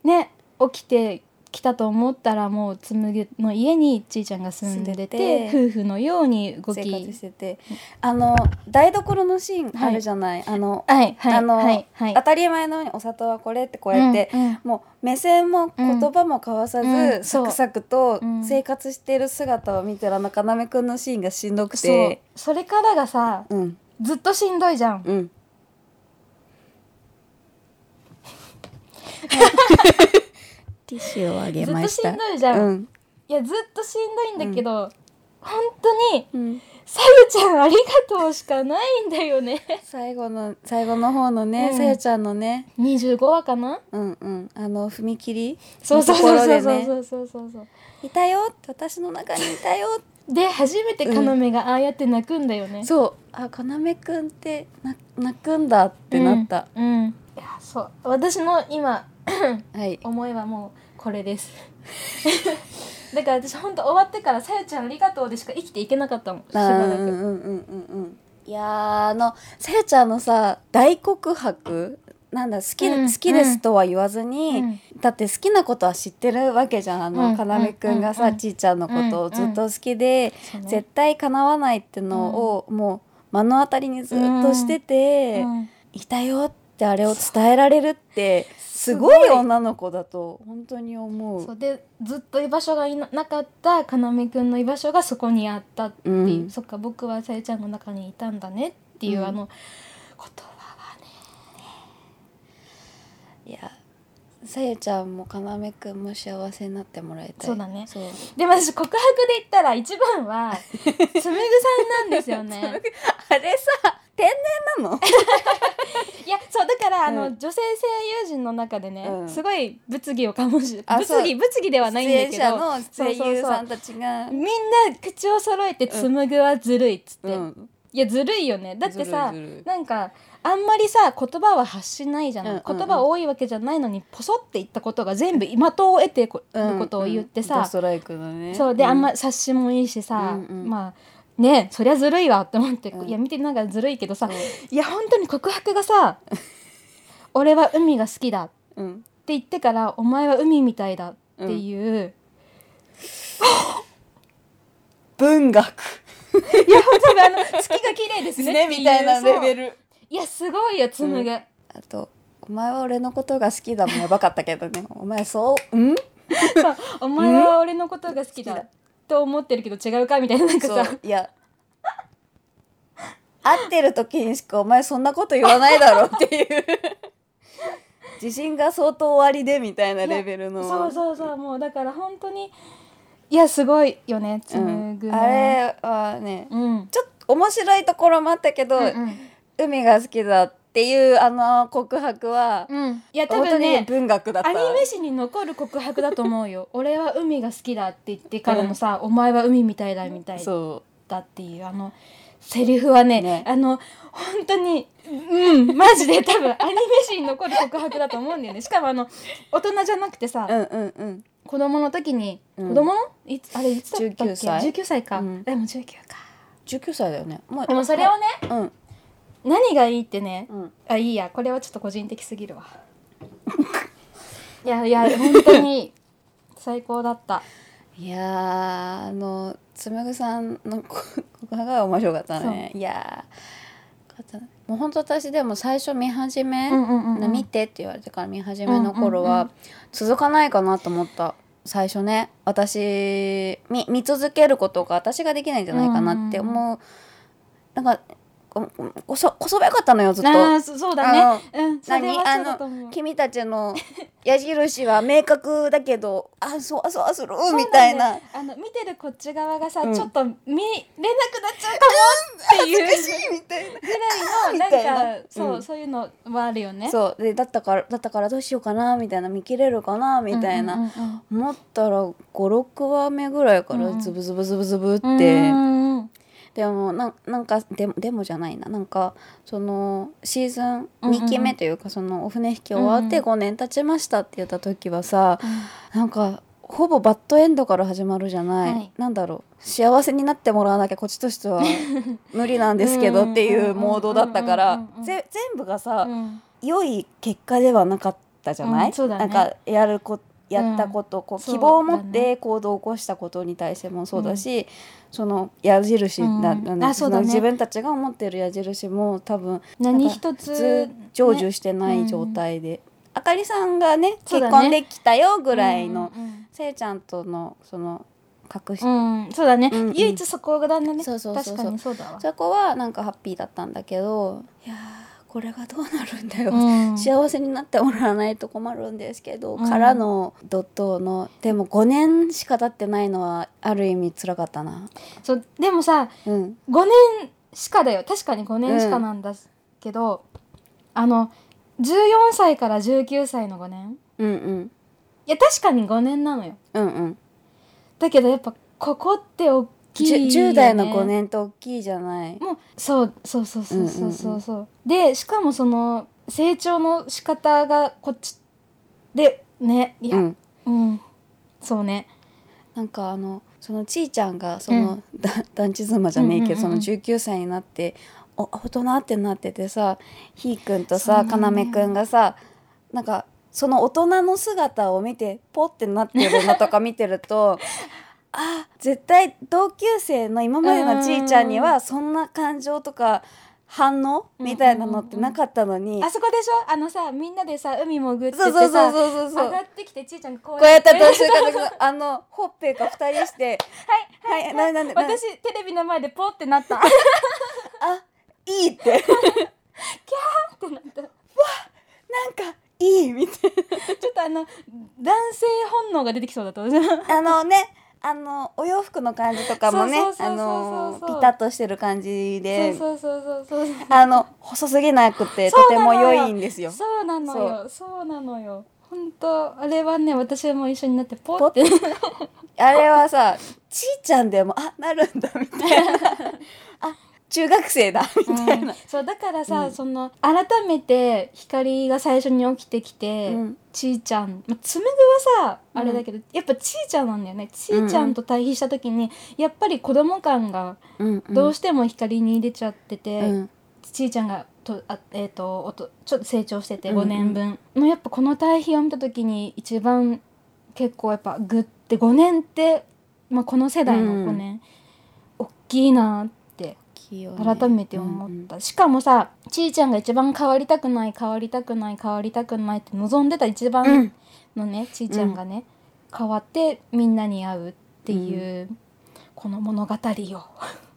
[SPEAKER 2] ね起きてきたと思ったらもう紬の家にちいちゃんが住んでて
[SPEAKER 3] 住んでて
[SPEAKER 2] 夫婦のように動き
[SPEAKER 3] 生活しててあの台所のシーンあるじゃないあの
[SPEAKER 2] はいはい
[SPEAKER 3] あの
[SPEAKER 2] はいはい
[SPEAKER 3] 当たり前のようにお砂糖はこれってこうやって
[SPEAKER 2] うんうん
[SPEAKER 3] もう目線も
[SPEAKER 2] うん
[SPEAKER 3] 言葉も交わさ
[SPEAKER 2] うん
[SPEAKER 3] ずサ
[SPEAKER 2] そう
[SPEAKER 3] クサクと
[SPEAKER 2] うん
[SPEAKER 3] 生活してる姿を見てるあの要くんのシーンがしんどく
[SPEAKER 2] そう
[SPEAKER 3] て
[SPEAKER 2] それからがさ
[SPEAKER 3] うん
[SPEAKER 2] ずっとしんどいじゃん
[SPEAKER 3] うん
[SPEAKER 4] ティッシュをあげ
[SPEAKER 2] ずっとしんどいじ
[SPEAKER 3] う
[SPEAKER 2] ゃん、
[SPEAKER 3] ん
[SPEAKER 2] いやずっとしんどいんだけど、本当に
[SPEAKER 3] うん
[SPEAKER 2] さゆちゃんありがとうしかないんだよね
[SPEAKER 3] 最後の最後の方の
[SPEAKER 2] う
[SPEAKER 3] ね
[SPEAKER 2] ん
[SPEAKER 3] さやちゃんのね
[SPEAKER 2] 25話かな
[SPEAKER 3] うんうんあの踏切
[SPEAKER 2] そうそうそうそう
[SPEAKER 3] のところ
[SPEAKER 2] そうそうそうそう
[SPEAKER 3] でねいたよって私の中にいたよ っ
[SPEAKER 2] で初めて要がああやって泣くんだよね、
[SPEAKER 3] てそうあかなめくんってな泣くんだってなった、
[SPEAKER 2] うん、いやそう私の今
[SPEAKER 3] はい
[SPEAKER 2] 思いはもうこれですだから私本当終わってから「さゆちゃんありがとう」でしか生きていけなかったもんしば
[SPEAKER 3] あ
[SPEAKER 2] ら
[SPEAKER 3] ー
[SPEAKER 2] く
[SPEAKER 3] うんうんうんうんうんいやーあのさやちゃんのさ大告白なんだ好き,、
[SPEAKER 2] うん
[SPEAKER 3] 好きですとは言わずに、
[SPEAKER 2] うん
[SPEAKER 3] だって好きなことは知ってるわけじゃんあ
[SPEAKER 2] う
[SPEAKER 3] の、
[SPEAKER 2] ん
[SPEAKER 3] かなめくんがさ、
[SPEAKER 2] うん
[SPEAKER 3] ちいちゃんのことをずっと好きで、
[SPEAKER 2] そうね
[SPEAKER 3] 絶対叶わないってのを、もう目の当たりにずっとしてて、
[SPEAKER 2] うん
[SPEAKER 3] いたよってあれを伝えられるってすごい女の子だと本当に思う
[SPEAKER 2] そうでずっと居場所がいななかった要くんの居場所がそこにあったっていう、
[SPEAKER 3] うん
[SPEAKER 2] そっか僕はさゆちゃんの中にいたんだねっていう、
[SPEAKER 3] うん
[SPEAKER 2] あの言葉はね
[SPEAKER 3] いやさゆちゃんもかなめくんも幸せになってもらいたい
[SPEAKER 2] そうだね
[SPEAKER 3] そう
[SPEAKER 2] でも私告白で言ったら一番 は紬さんなんですよね。
[SPEAKER 3] あれさ天然なの
[SPEAKER 2] いやそうだから、あ
[SPEAKER 3] う
[SPEAKER 2] の
[SPEAKER 3] ん
[SPEAKER 2] 女性声優陣の中でね、
[SPEAKER 3] うん
[SPEAKER 2] すごい物議を醸し
[SPEAKER 3] あそ
[SPEAKER 2] 物
[SPEAKER 3] う
[SPEAKER 2] 議物議ではないんだけ
[SPEAKER 3] 出演者
[SPEAKER 2] ど
[SPEAKER 3] の声優さ
[SPEAKER 2] そ
[SPEAKER 3] ん
[SPEAKER 2] うそう
[SPEAKER 3] たちが
[SPEAKER 2] そうみんな口を揃えて「紡ぐはずるい」っつって、
[SPEAKER 3] うん
[SPEAKER 2] いやずるいよねだってさ
[SPEAKER 3] ずるいずるい
[SPEAKER 2] なんかあんまりさ言葉は発しないじゃない、
[SPEAKER 3] うんうんうん
[SPEAKER 2] 言葉多いわけじゃないのにポソって言ったことが全部的を得てこ、
[SPEAKER 3] うん
[SPEAKER 2] ることを言ってさ、
[SPEAKER 3] ドストライクのね
[SPEAKER 2] そうで、あんま
[SPEAKER 3] り
[SPEAKER 2] 察しもいいしさ、
[SPEAKER 3] うんうん
[SPEAKER 2] まあねそりゃずるいわって思って、
[SPEAKER 3] うん
[SPEAKER 2] いや見てながらずるいけどさ、いや本当に告白がさ 「俺は海が好きだ」って
[SPEAKER 3] うん
[SPEAKER 2] 言ってから「お前は海みたいだ」っていう、
[SPEAKER 3] 文学
[SPEAKER 2] いや本当にあの月が綺麗ですね
[SPEAKER 3] ね
[SPEAKER 2] っていう
[SPEAKER 3] みたいなレベ
[SPEAKER 2] そう
[SPEAKER 3] ル
[SPEAKER 2] いやすごいよ紡ぐ、
[SPEAKER 3] あとお前は俺のことが好きだもんやばかったけどね お前そううん
[SPEAKER 2] そうお前は俺のことが好きだ
[SPEAKER 3] 好きだ
[SPEAKER 2] と思ってるけど違うかみたいななんか
[SPEAKER 3] そ
[SPEAKER 2] さ
[SPEAKER 3] ういや会ってる時にしかお前そんなこと言わないだろうっていう 自信が相当終わりでみたいなレベルの
[SPEAKER 2] そうそうそうもうだから本当にいやすごいよね紡ぐ、
[SPEAKER 3] う
[SPEAKER 2] ね
[SPEAKER 3] ん、あれはね、
[SPEAKER 2] うん
[SPEAKER 3] ちょっと面白いところもあったけど、
[SPEAKER 2] うんうん
[SPEAKER 3] 海が好きだっていうあの告白は、
[SPEAKER 2] うん、いや多
[SPEAKER 3] 本当
[SPEAKER 2] 分
[SPEAKER 3] に
[SPEAKER 2] ね
[SPEAKER 3] 文学だった
[SPEAKER 2] アニメ史に残る告白だと思う よ俺は海が好きだって言ってからのさ、お前は海みたいだみたい
[SPEAKER 3] そ
[SPEAKER 2] だっていうあのセリフはね
[SPEAKER 3] ね
[SPEAKER 2] あの本当にうんマジで多分アニメ史に残る告白だと思うんだよねしかもあの大人じゃなくてさ、
[SPEAKER 3] ううんうんうん
[SPEAKER 2] 子供の時に、
[SPEAKER 3] うん
[SPEAKER 2] 子供のいつあれいつだったっけ
[SPEAKER 3] 19歳
[SPEAKER 2] か、
[SPEAKER 3] うん
[SPEAKER 2] でも19か
[SPEAKER 3] 19歳だよねもう
[SPEAKER 2] でもそれをね
[SPEAKER 3] うん
[SPEAKER 2] 何がいいってね、
[SPEAKER 3] うん
[SPEAKER 2] あいいやこれはちょっと個人的すぎる わいやいや本当 に最高だった
[SPEAKER 3] いやーあの紡ぐさんのこここが面白かったねいやーよかったねもう本当私でも最初見始め、
[SPEAKER 2] うんうんうんうん
[SPEAKER 3] な見てって言われてから見始めの頃
[SPEAKER 2] うんうん
[SPEAKER 3] は、
[SPEAKER 2] うん
[SPEAKER 3] 続かないかなと思った最初ね私見見続けることが私ができないんじゃないかなって思う、なんかここそこそばよかったのよずっと。
[SPEAKER 2] ああそそうだねうんそれ
[SPEAKER 3] 何
[SPEAKER 2] はそうだ
[SPEAKER 3] あ
[SPEAKER 2] と思
[SPEAKER 3] の
[SPEAKER 2] う
[SPEAKER 3] 君たちの矢印は明確だけどあそわそわする
[SPEAKER 2] そう
[SPEAKER 3] み
[SPEAKER 2] んだ
[SPEAKER 3] た
[SPEAKER 2] よ
[SPEAKER 3] いな
[SPEAKER 2] あの見てるこっち側がさ、
[SPEAKER 3] うん
[SPEAKER 2] ちょっと見れなくなっちゃうかもっていう
[SPEAKER 3] 恥ずかしいみたいな。
[SPEAKER 2] ぐら
[SPEAKER 3] みた
[SPEAKER 2] い
[SPEAKER 3] い
[SPEAKER 2] の
[SPEAKER 3] な
[SPEAKER 2] なんかそう、
[SPEAKER 3] うん
[SPEAKER 2] そういうのはある よね
[SPEAKER 3] そうでだったからだったからどうしようかなみたいな見切れるかなみたいな、
[SPEAKER 2] うんうんうん
[SPEAKER 3] 思ったら56話目ぐらいか
[SPEAKER 2] う
[SPEAKER 3] ら
[SPEAKER 2] ん
[SPEAKER 3] ズブズブズブズブって、
[SPEAKER 2] うんうんうん
[SPEAKER 3] でもなんなんかでもでもじゃないななんかそのシーズン
[SPEAKER 2] うんうん
[SPEAKER 3] 2期目というか、そのお船引き終わっ
[SPEAKER 2] うんう
[SPEAKER 3] て
[SPEAKER 2] ん
[SPEAKER 3] 5年経ちましたって言った時はさ、なんかほぼバッドエンドから始まるじゃない、
[SPEAKER 2] はい
[SPEAKER 3] なんだろう幸せになってもらわなきゃこっちとしては無理なんですけどっていうモードだったか
[SPEAKER 2] うんう
[SPEAKER 3] ら
[SPEAKER 2] んうんうんうん
[SPEAKER 3] ぜ全部がさ、
[SPEAKER 2] うん
[SPEAKER 3] 良い結果ではなかったじゃない、
[SPEAKER 2] うんそうだね
[SPEAKER 3] なんかやるこやったこと、こう
[SPEAKER 2] そう
[SPEAKER 3] 希望を持っ
[SPEAKER 2] だ
[SPEAKER 3] て行動を起こしたことに対してもそうだし、その矢印
[SPEAKER 2] うん
[SPEAKER 3] だ、なん
[SPEAKER 2] あそうだね
[SPEAKER 3] の自分たちが思ってる矢印も多分
[SPEAKER 2] 何一
[SPEAKER 3] 普
[SPEAKER 2] つ
[SPEAKER 3] 通成就
[SPEAKER 2] ね
[SPEAKER 3] してない状態で、あかりさんがね
[SPEAKER 2] そうだ
[SPEAKER 3] 結
[SPEAKER 2] ね
[SPEAKER 3] 婚できたよぐらいの、
[SPEAKER 2] うんうん
[SPEAKER 3] せいちゃんとのその隠し、
[SPEAKER 2] うん、うんそうだね、
[SPEAKER 3] うんうん
[SPEAKER 2] 唯一そこだね
[SPEAKER 3] そうそうそうそう
[SPEAKER 2] 確かにそうだわ、
[SPEAKER 3] そこはなんかハッピーだったんだけどいやーこれがどうなるんだよ、
[SPEAKER 2] うん
[SPEAKER 3] 幸せになってもらわないと困るんですけど、
[SPEAKER 2] うん
[SPEAKER 3] からのドットのでも5年しか経ってないのはある意味辛かったな
[SPEAKER 2] そうでもさ
[SPEAKER 3] うん
[SPEAKER 2] 5年しかだよ確かに5年しかなんだけど、あの14歳から19歳の5年
[SPEAKER 3] うんうん
[SPEAKER 2] いや確かに5年なのよ
[SPEAKER 3] うんうん
[SPEAKER 2] だけどやっぱここって大きい
[SPEAKER 3] じ
[SPEAKER 2] よ、ね、
[SPEAKER 3] ゅ10代の5年って大きいじゃない
[SPEAKER 2] もうそうそうそうそうそうそうそう,、でしかもその成長の仕方がこっちでねいや
[SPEAKER 3] う
[SPEAKER 2] うん、
[SPEAKER 3] ん、
[SPEAKER 2] そうね
[SPEAKER 3] なんかあのそのちいちゃんがその、 だ団地妻じゃねえ
[SPEAKER 2] う
[SPEAKER 3] けど、
[SPEAKER 2] んうんうんうん
[SPEAKER 3] その19歳になってお大人ってなっててさひーくんと
[SPEAKER 2] そ
[SPEAKER 3] さ
[SPEAKER 2] う
[SPEAKER 3] か
[SPEAKER 2] な
[SPEAKER 3] なん
[SPEAKER 2] だよ
[SPEAKER 3] めくんがさなんかその大人の姿を見てポッてなってるのとか見て るとあ絶対同級生の今までのちいちゃんにはそんな感情とか反応
[SPEAKER 2] うん
[SPEAKER 3] みたいなのってなかったのに。
[SPEAKER 2] あそこでしょあのさみんなでさ海潜ってって
[SPEAKER 3] そ
[SPEAKER 2] さ
[SPEAKER 3] うそうそうそうそうそう
[SPEAKER 2] 上がってきてちいちゃんがこ
[SPEAKER 3] こうやって
[SPEAKER 2] は
[SPEAKER 3] 私があのほっぺが二人して「はいいなんでなんでなんで
[SPEAKER 2] 私テレビの前でポってなったっ
[SPEAKER 3] あいい」って
[SPEAKER 2] てなった
[SPEAKER 3] なんかいいみたい
[SPEAKER 2] ちょっとあの男性本能が出てきそうだった私
[SPEAKER 3] なあのねあのお洋服の感じとかもね
[SPEAKER 2] そうそう
[SPEAKER 3] あ
[SPEAKER 2] そうそう
[SPEAKER 3] の
[SPEAKER 2] そう
[SPEAKER 3] ピタッとしてる感じで
[SPEAKER 2] そうそうそうそうそう
[SPEAKER 3] あの細すぎなくてと
[SPEAKER 2] そう
[SPEAKER 3] て
[SPEAKER 2] なの
[SPEAKER 3] も
[SPEAKER 2] よ
[SPEAKER 3] 良いんですよ。
[SPEAKER 2] そうなのよそうなのよ本当あれはね私も一緒になってポって
[SPEAKER 3] あれはさちいちゃんでもあなるんだみたい なあ中学生だみたいな。
[SPEAKER 2] そうだからさ、
[SPEAKER 3] うん
[SPEAKER 2] その改めて光が最初に起きてきて、
[SPEAKER 3] うん
[SPEAKER 2] ちいちゃん、まあ、紡ぐはさあれだけど、やっぱちいちゃんなんだよねちいちゃんと対比した時に、やっぱり子供感がどう
[SPEAKER 3] し
[SPEAKER 2] しても光に出ちゃってて、
[SPEAKER 3] てうん
[SPEAKER 2] ちいちゃんがとあ、えー、とおとちょっと成長してて
[SPEAKER 3] うんうん
[SPEAKER 2] 5年分のやっぱこの対比を見た時に一番結構やっぱグッて5年って、まあ、この世代の5年、大きいなって改めて思った、しかもさちいちゃんが一番変わりたくない変わりたくない変わりたくないって望んでた一番のね、ちいちゃんがね、変わってみんなに会うっていう、この物語を。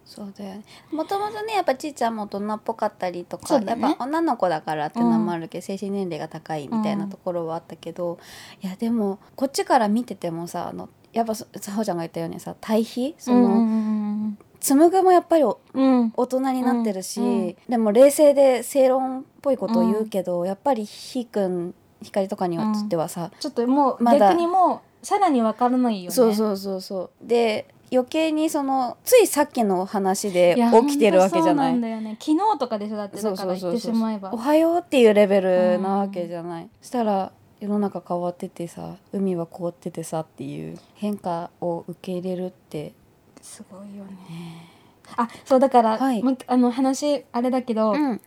[SPEAKER 3] そうだよね。もともとねやっぱちいちゃんも大人っぽかったりと
[SPEAKER 2] そ
[SPEAKER 3] か、
[SPEAKER 2] うだ
[SPEAKER 3] や
[SPEAKER 2] よ
[SPEAKER 3] っ
[SPEAKER 2] ね
[SPEAKER 3] ぱ女の子だからっていうのもあるけど、精神年齢が高いみたいなところはあったけど、いやでもこっちから見ててもさあのやっぱさほちゃんが言ったようにさ対比その、
[SPEAKER 2] うん
[SPEAKER 3] 紡ぐもやっぱりお
[SPEAKER 2] うん
[SPEAKER 3] 大人になってるし、
[SPEAKER 2] うんうん
[SPEAKER 3] でも冷静で正論っぽいことを言うけど、やっぱりひーくん光とかによってはさ、
[SPEAKER 2] ちょっともう
[SPEAKER 3] まだ
[SPEAKER 2] 逆にもうさらに分からないよね。
[SPEAKER 3] そうそうそうそうで余計にそのついさっきの話で
[SPEAKER 2] いや
[SPEAKER 3] 起きてるわけじ
[SPEAKER 2] 本当そ
[SPEAKER 3] ゃない
[SPEAKER 2] うなんだよね。昨日とかでしょだってだから言ってしまえば
[SPEAKER 3] お。はようっていうレベルなわけじゃない、したら世の中変わっててさ海は凍っててさっていう変化を受け入れるって
[SPEAKER 2] すごいよね。あそうだから、
[SPEAKER 3] はい
[SPEAKER 2] もうあの話あれだけど、
[SPEAKER 3] ん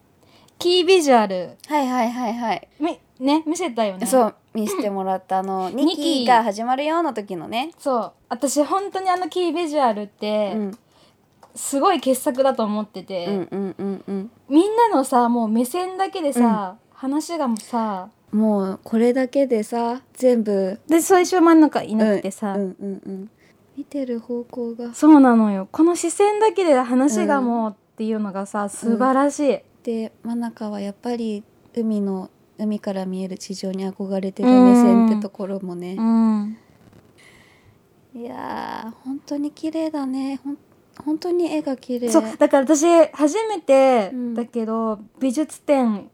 [SPEAKER 2] キービジュアル
[SPEAKER 3] はいはいはいはい、
[SPEAKER 2] みね見せたよね。
[SPEAKER 3] そう見せてもらったあの
[SPEAKER 2] ニ
[SPEAKER 3] 2
[SPEAKER 2] キ
[SPEAKER 3] 期が始まるよの時のね、
[SPEAKER 2] そう私本当にあのキービジュアルって、
[SPEAKER 3] うん、
[SPEAKER 2] すごい傑作だと思ってて、
[SPEAKER 3] うんうんうんうん
[SPEAKER 2] みんなのさもう目線だけでさ、話がもうさ
[SPEAKER 3] もうこれだけでさ全部
[SPEAKER 2] で最初真ん中いなくてさ、
[SPEAKER 3] うんうんうんうん見てる方向が
[SPEAKER 2] そうなのよこの視線だけで話がもうっていうのがさ素晴らしい、
[SPEAKER 3] で真中はやっぱり海の海から見える地上に憧れてる目線ってところもね、
[SPEAKER 2] うん
[SPEAKER 3] いやー本当に綺麗だねほん本当に絵が綺麗
[SPEAKER 2] そうだから私初めて
[SPEAKER 3] うん
[SPEAKER 2] だけど、美術展ん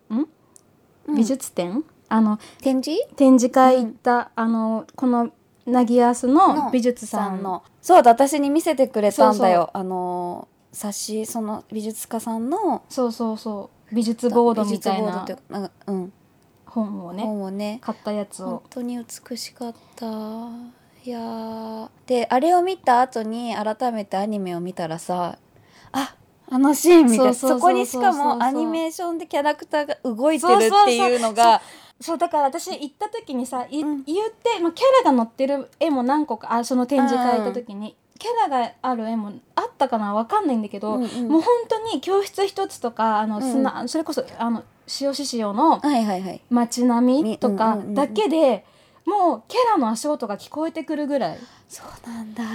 [SPEAKER 3] うん
[SPEAKER 2] 美術展、あの
[SPEAKER 3] 展示
[SPEAKER 2] 展示会行った、あのこのナギアスの
[SPEAKER 3] の
[SPEAKER 2] 美術さ
[SPEAKER 3] さ
[SPEAKER 2] ん
[SPEAKER 3] ん
[SPEAKER 2] の
[SPEAKER 3] のそうだ私に見せてくれたんだよ
[SPEAKER 2] そう
[SPEAKER 3] あのー冊子その美術家さんの
[SPEAKER 2] そうそうそう美術ボードみたい
[SPEAKER 3] 美術ボード
[SPEAKER 2] な
[SPEAKER 3] っていうかなんかうん
[SPEAKER 2] 本をね
[SPEAKER 3] 本をね
[SPEAKER 2] 買ったやつ
[SPEAKER 3] 本
[SPEAKER 2] を
[SPEAKER 3] 当に美しかったいやーであれを見た後に改めてアニメを見たらさああのシーンみたいな
[SPEAKER 2] そうそうそうそう
[SPEAKER 3] そこにしかもアニメーションでキャラクターが動いてるっていうのが
[SPEAKER 2] そうだから私行った時にさ、い
[SPEAKER 3] うん
[SPEAKER 2] 言って、まあ、キャラが載ってる絵も何個かあその展示会行った時に、キャラがある絵もあったかなわかんないんだけど、
[SPEAKER 3] うんうん
[SPEAKER 2] もう本当に教室一つとかあの
[SPEAKER 3] うん
[SPEAKER 2] 砂、それこそあの塩獅子用の
[SPEAKER 3] はいはいはい
[SPEAKER 2] 街並みと
[SPEAKER 3] う
[SPEAKER 2] か
[SPEAKER 3] んうんうんうん
[SPEAKER 2] だけでもうキャラの足音が聞こえてくるぐらい
[SPEAKER 3] そうなんだ
[SPEAKER 2] わ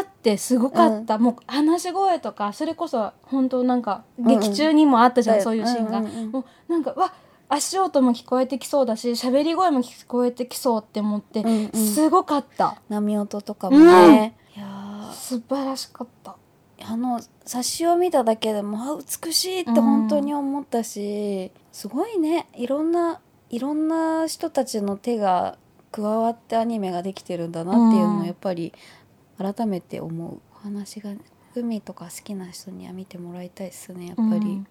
[SPEAKER 2] ーってすごかった、もう話し声とかそれこそ本当なんか
[SPEAKER 3] んうん
[SPEAKER 2] 劇中にもあったじゃん、そういうシーンが。
[SPEAKER 3] んんうん
[SPEAKER 2] もうなんかわ足音も聞こえてきそうだし喋り声も聞こえてきそうって思って、
[SPEAKER 3] うんうん
[SPEAKER 2] すごかった
[SPEAKER 3] 波音とかもね、いやー
[SPEAKER 2] 素晴らしかった
[SPEAKER 3] あの冊子を見ただけでもあ美しいって本当に思ったし、すごいねいろんないろんな人たちの手が加わってアニメができてるんだなっていうの
[SPEAKER 2] うん
[SPEAKER 3] をやっぱり改めて思うお話が海とか好きな人には見てもらいたいっすねやっぱり、
[SPEAKER 2] うん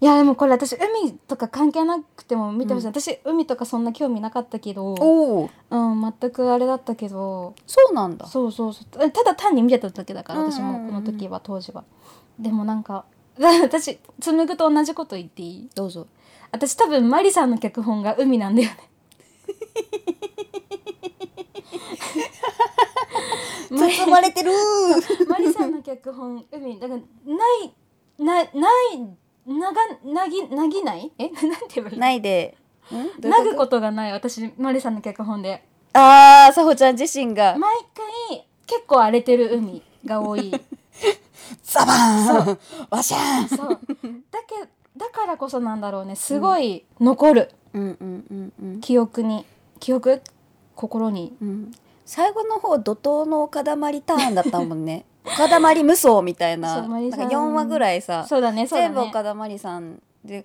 [SPEAKER 2] いやでもこれ私海とか関係なくても見てほしい、私海とかそんな興味なかったけど、
[SPEAKER 3] おお
[SPEAKER 2] うん、全くあれだったけど
[SPEAKER 3] そうなんだ
[SPEAKER 2] そうそうそうただ単に見てただけだから
[SPEAKER 3] うんうん
[SPEAKER 2] 私
[SPEAKER 3] うん
[SPEAKER 2] もこの時は当時は、でもなんか 私紡ぐと同じこと言っていい
[SPEAKER 3] どうぞ
[SPEAKER 2] 私多分マリさんの脚本が海なんだよねマリ
[SPEAKER 3] 包まれてる
[SPEAKER 2] マリさんの脚本海だからないなないながなぎなぎないえなんて言えばいい
[SPEAKER 3] ないでんどう
[SPEAKER 2] な
[SPEAKER 3] いう
[SPEAKER 2] ぐ
[SPEAKER 3] こと
[SPEAKER 2] ことがない私マリさんの脚本で
[SPEAKER 3] ああさほちゃん自身が
[SPEAKER 2] 毎回結構荒れてる海が多い
[SPEAKER 3] ザバーンわしゃーん
[SPEAKER 2] そうだけだからこそなんだろうねすごい残る、
[SPEAKER 3] うんうんうんうん
[SPEAKER 2] 記憶に記憶心に
[SPEAKER 3] うん最後の方怒涛のおかだまりターンだったもん ねおかだまり無双みたいな
[SPEAKER 2] そう
[SPEAKER 3] な
[SPEAKER 2] マ
[SPEAKER 3] ん
[SPEAKER 2] リ
[SPEAKER 3] か
[SPEAKER 2] さん
[SPEAKER 3] 4話ぐらいさ、
[SPEAKER 2] そうだねそうだ
[SPEAKER 3] 全
[SPEAKER 2] ね
[SPEAKER 3] 部おかだまりさんで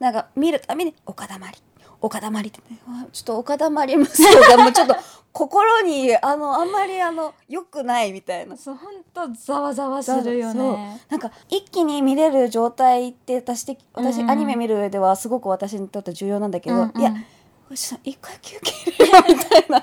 [SPEAKER 3] なんか見るために「おかだまりおかだまり」って、ね、うわちょっとおかだまり無双がもうちょっと心にあのあんまりあの良くないみたいな
[SPEAKER 2] そう本当ざわざわするよね
[SPEAKER 3] なんか一気に見れる状態って私的私、
[SPEAKER 2] うんうん
[SPEAKER 3] アニメ見る上ではすごく私にとって重要なんだけど、
[SPEAKER 2] うんうん
[SPEAKER 3] いやちょっと一回休憩入れようみたいな。
[SPEAKER 2] い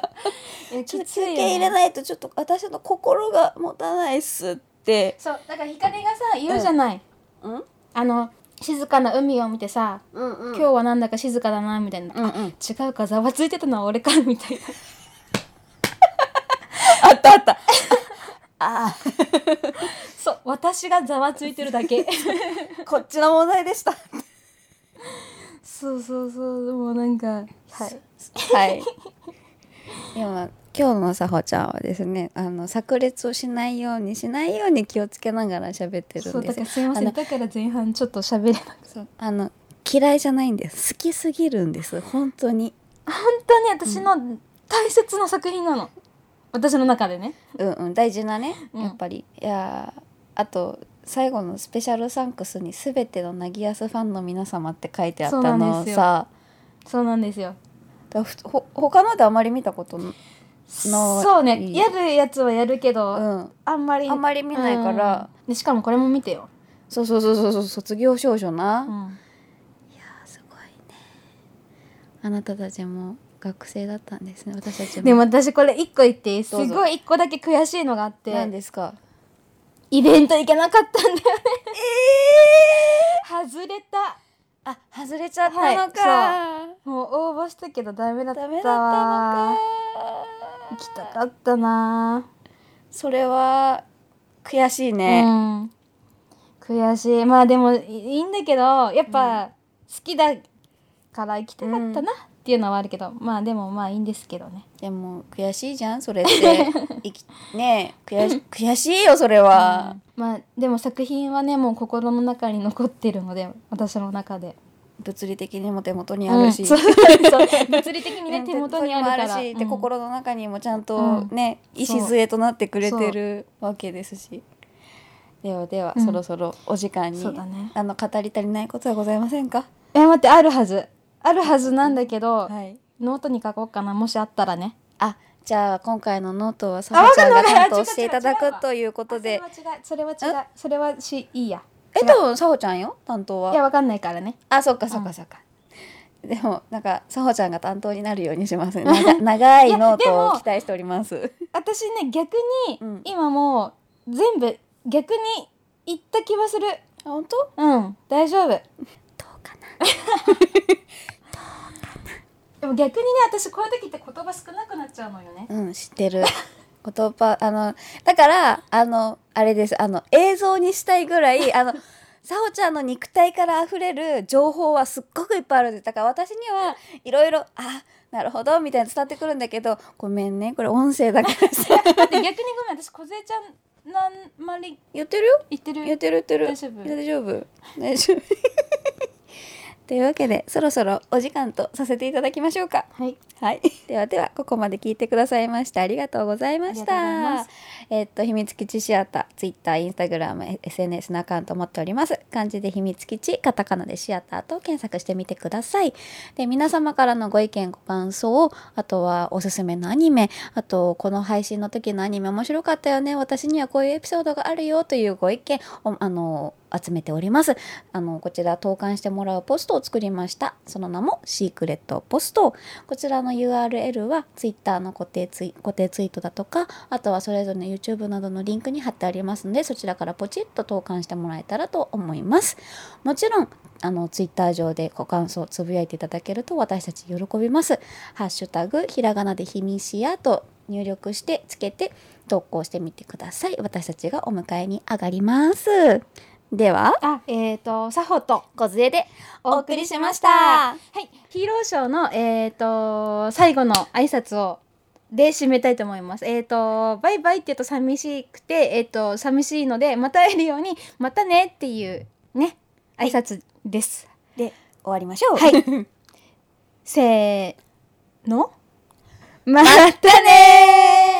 [SPEAKER 2] や
[SPEAKER 3] ちょっ
[SPEAKER 2] き
[SPEAKER 3] と
[SPEAKER 2] つ
[SPEAKER 3] 休
[SPEAKER 2] いよね
[SPEAKER 3] 憩入れないとちょっと私の心が持たないっすって。
[SPEAKER 2] そうだから光がさ言うじゃない、
[SPEAKER 3] うん
[SPEAKER 2] あの静かな海を見てさ、
[SPEAKER 3] うんう
[SPEAKER 2] 今日はなんだか静かだなみたいな、
[SPEAKER 3] うんうん
[SPEAKER 2] 違うかざわついてたのは俺かみた いな
[SPEAKER 3] あったあった。 あ
[SPEAKER 2] そう私がざわついてるだけ
[SPEAKER 3] あ、こっちの問題でした。は
[SPEAKER 2] そうそうそうでもなんか はい
[SPEAKER 3] い。今今日のさほちゃんはですね、あの炸裂をしないようにしないように気をつけながら喋ってる
[SPEAKER 2] そう
[SPEAKER 3] ん
[SPEAKER 2] だ
[SPEAKER 3] です
[SPEAKER 2] か
[SPEAKER 3] よ
[SPEAKER 2] らすいませ
[SPEAKER 3] あ
[SPEAKER 2] ん
[SPEAKER 3] の
[SPEAKER 2] だから前半ちょっと喋れなくて
[SPEAKER 3] そうあの嫌いじゃないんです。好きすぎるんです。本当に。
[SPEAKER 2] 本当に私の大切な作品なの、私の中でね
[SPEAKER 3] うんうん大事なね、
[SPEAKER 2] うん
[SPEAKER 3] やっぱりいやーあと最後のスペシャルサンクスに「すべてのなぎやすファンの皆様」って書いてあっ
[SPEAKER 2] そ
[SPEAKER 3] た
[SPEAKER 2] うな
[SPEAKER 3] の
[SPEAKER 2] ん
[SPEAKER 3] を
[SPEAKER 2] ですよ
[SPEAKER 3] さ
[SPEAKER 2] そうなんですよ
[SPEAKER 3] だふほ他のであまり見たことなの
[SPEAKER 2] そうね
[SPEAKER 3] いい
[SPEAKER 2] やるやつはやるけど、
[SPEAKER 3] うん、
[SPEAKER 2] あんまり
[SPEAKER 3] あんまり見ないから、、
[SPEAKER 2] うんでしかもこれも見てよ、
[SPEAKER 3] そうそうそうそうそう卒業証書な、
[SPEAKER 2] うん、
[SPEAKER 3] すごいねあなたたちも学生だったんですね私たちも
[SPEAKER 2] でも私これ一個言っていいす
[SPEAKER 3] どうぞ
[SPEAKER 2] ごい一個だけ悔しいのがあって
[SPEAKER 3] 何ですか
[SPEAKER 2] イベント行けなかったんだよねえー、外れた
[SPEAKER 3] あ外れちゃった
[SPEAKER 2] はい
[SPEAKER 3] のか、
[SPEAKER 2] もう応募したけどダメだった
[SPEAKER 3] ダ
[SPEAKER 2] わ
[SPEAKER 3] メだったのか
[SPEAKER 2] 行きたかったな
[SPEAKER 3] それは悔しいね、
[SPEAKER 2] うん、悔しいまあでもいいいんだけどやっぱ好きだから行きたかったなっっていうのはあるけどまあでもまあいいんですけどね
[SPEAKER 3] でも悔しいじゃん それっていきねえ悔し悔しいよそれは、
[SPEAKER 2] まあでも作品はねもう心の中に残ってるので私の中で
[SPEAKER 3] 物理的にも手元にあるし、
[SPEAKER 2] うんそうそう物理的に ね
[SPEAKER 3] ね
[SPEAKER 2] 手元にあるから
[SPEAKER 3] 手元にもし
[SPEAKER 2] うん
[SPEAKER 3] で心の中にもちゃんとね、礎となってくれてるわけですしではでは、
[SPEAKER 2] うん
[SPEAKER 3] そろそろお時間に、
[SPEAKER 2] そうだね
[SPEAKER 3] あの語り足りないことはございませんか
[SPEAKER 2] え待ってあるはずあるはずなんだけど、
[SPEAKER 3] はい
[SPEAKER 2] ノートに書こうかなもしあったらね
[SPEAKER 3] あじゃあ今回のノートはさほちゃん
[SPEAKER 2] わか
[SPEAKER 3] が
[SPEAKER 2] んない
[SPEAKER 3] 担当していただ
[SPEAKER 2] 違う違う違う
[SPEAKER 3] くということで
[SPEAKER 2] あそれは違うそれは違うそれはしいいや
[SPEAKER 3] えっとさほちゃんよ担当
[SPEAKER 2] いや
[SPEAKER 3] は
[SPEAKER 2] わかんないからね
[SPEAKER 3] あそっかそっかそっか、でもなんかさほちゃんが担当になるようにしますね長長いノー
[SPEAKER 2] いやで
[SPEAKER 3] ト
[SPEAKER 2] も
[SPEAKER 3] を期待しております
[SPEAKER 2] 私ね逆に、
[SPEAKER 3] うん
[SPEAKER 2] 今もう全部逆に言った気はする
[SPEAKER 3] 本当
[SPEAKER 2] うん大丈夫どうかなどうかなでも逆にね私こういう時って言葉少なくなっちゃうのよね
[SPEAKER 3] うん、知ってる。 言葉、あの、だから、あの、あれです、あの、映像にしたいぐら い、あの、さほちゃんの肉体から溢れる情報はすっごくいっぱいあるんです。だから私にはいろいろ、あ、なるほど、みたいな伝わってくるんだけど、ごめんね、これ音声だからさ。
[SPEAKER 2] だって逆にごめん私小ちゃんなんまり
[SPEAKER 3] 言ってるよ
[SPEAKER 2] 言ってる
[SPEAKER 3] 言ってる言ってる。
[SPEAKER 2] 大丈夫
[SPEAKER 3] 大丈夫。大丈夫。 というわけで、そろそろお時間とさせていただきましょうか。
[SPEAKER 2] はい
[SPEAKER 3] はい、ではではここまで聞いてくださいましてありがとうございまし
[SPEAKER 2] ありがとうございま
[SPEAKER 3] た
[SPEAKER 2] す。
[SPEAKER 3] えっと秘密基地シアター、ツイッター、インスタグラム、え SNS のアカウント持っております。漢字で秘密基地、カタカナでシアターと検索してみてください。で皆様からのご意見ご感想、あとはおすすめのアニメ、あとこの配信の時のアニメ面白かったよね。私にはこういうエピソードがあるよというご意見をあの集めております。あのこちら投函してもらうポストを作りました。その名もシークレットポスト。こちらの URL は Twitter の固定ツイ固定ツイートだとかあとはそれぞれの YouTube などのリンクに貼ってありますのでそちらからポチッと投函してもらえたらと思いますもちろんあの Twitter 上でご感想つぶやいていただけると私たち喜びますハッシュタグひらがなでひみしやと入力してつけて投稿してみてください私たちがお迎えに上がりますでは
[SPEAKER 2] あえっ、とサホと
[SPEAKER 3] ご杖でお
[SPEAKER 2] お
[SPEAKER 3] 送
[SPEAKER 2] 送
[SPEAKER 3] り
[SPEAKER 2] り
[SPEAKER 3] し
[SPEAKER 2] し
[SPEAKER 3] ま
[SPEAKER 2] ま
[SPEAKER 3] し
[SPEAKER 2] したたはい、ヒーローショーの、えー、と最後の挨拶をで締めたいと思います。えー、とバイバイって言うと寂しくて、えー、と寂しいのでまた会えるようにまたねっていうね挨拶です。
[SPEAKER 3] 終わりましょう
[SPEAKER 2] はい せーのまたねー